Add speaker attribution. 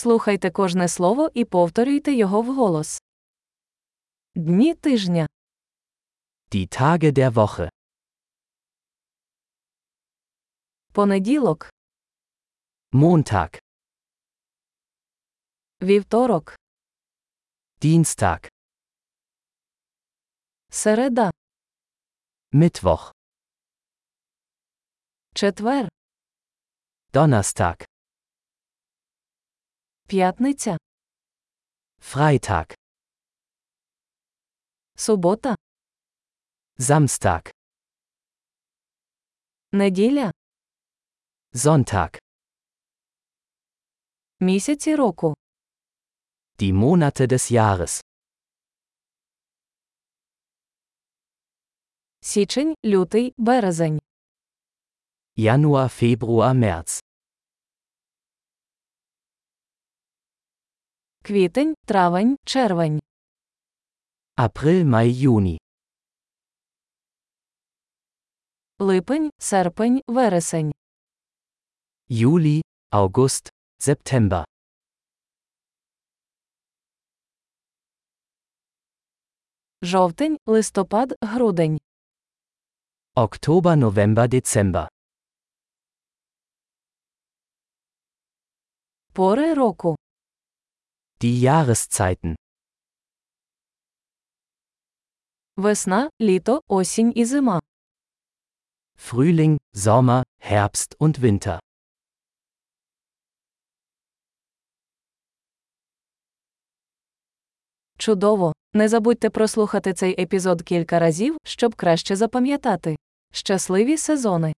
Speaker 1: Слухайте кожне слово і повторюйте його вголос. Дні тижня,
Speaker 2: Die Tage der Woche.
Speaker 1: понеділок,
Speaker 2: Montag,
Speaker 1: вівторок,
Speaker 2: Dienstag,
Speaker 1: середа,
Speaker 2: Mittwoch,
Speaker 1: четвер,
Speaker 2: Donnerstag,
Speaker 1: п'ятниця,
Speaker 2: Freitag,
Speaker 1: субота,
Speaker 2: Samstag,
Speaker 1: неділя,
Speaker 2: Sonntag.
Speaker 1: місяці року,
Speaker 2: Die Monate des Jahres.
Speaker 1: січень, лютий, березень,
Speaker 2: Januar, Februar, März.
Speaker 1: квітень, травень, червень,
Speaker 2: April, Mai, Juni.
Speaker 1: липень, серпень, вересень,
Speaker 2: Juli, August, September.
Speaker 1: жовтень, листопад, грудень,
Speaker 2: Oktober, November, Dezember.
Speaker 1: пори року,
Speaker 2: Die Jahreszeiten.
Speaker 1: весна, літо, осінь і зима.
Speaker 2: Frühling, Sommer, Herbst und Winter.
Speaker 1: Чудово! Не забудьте прослухати цей епізод кілька разів, щоб краще запам'ятати. Щасливі сезони!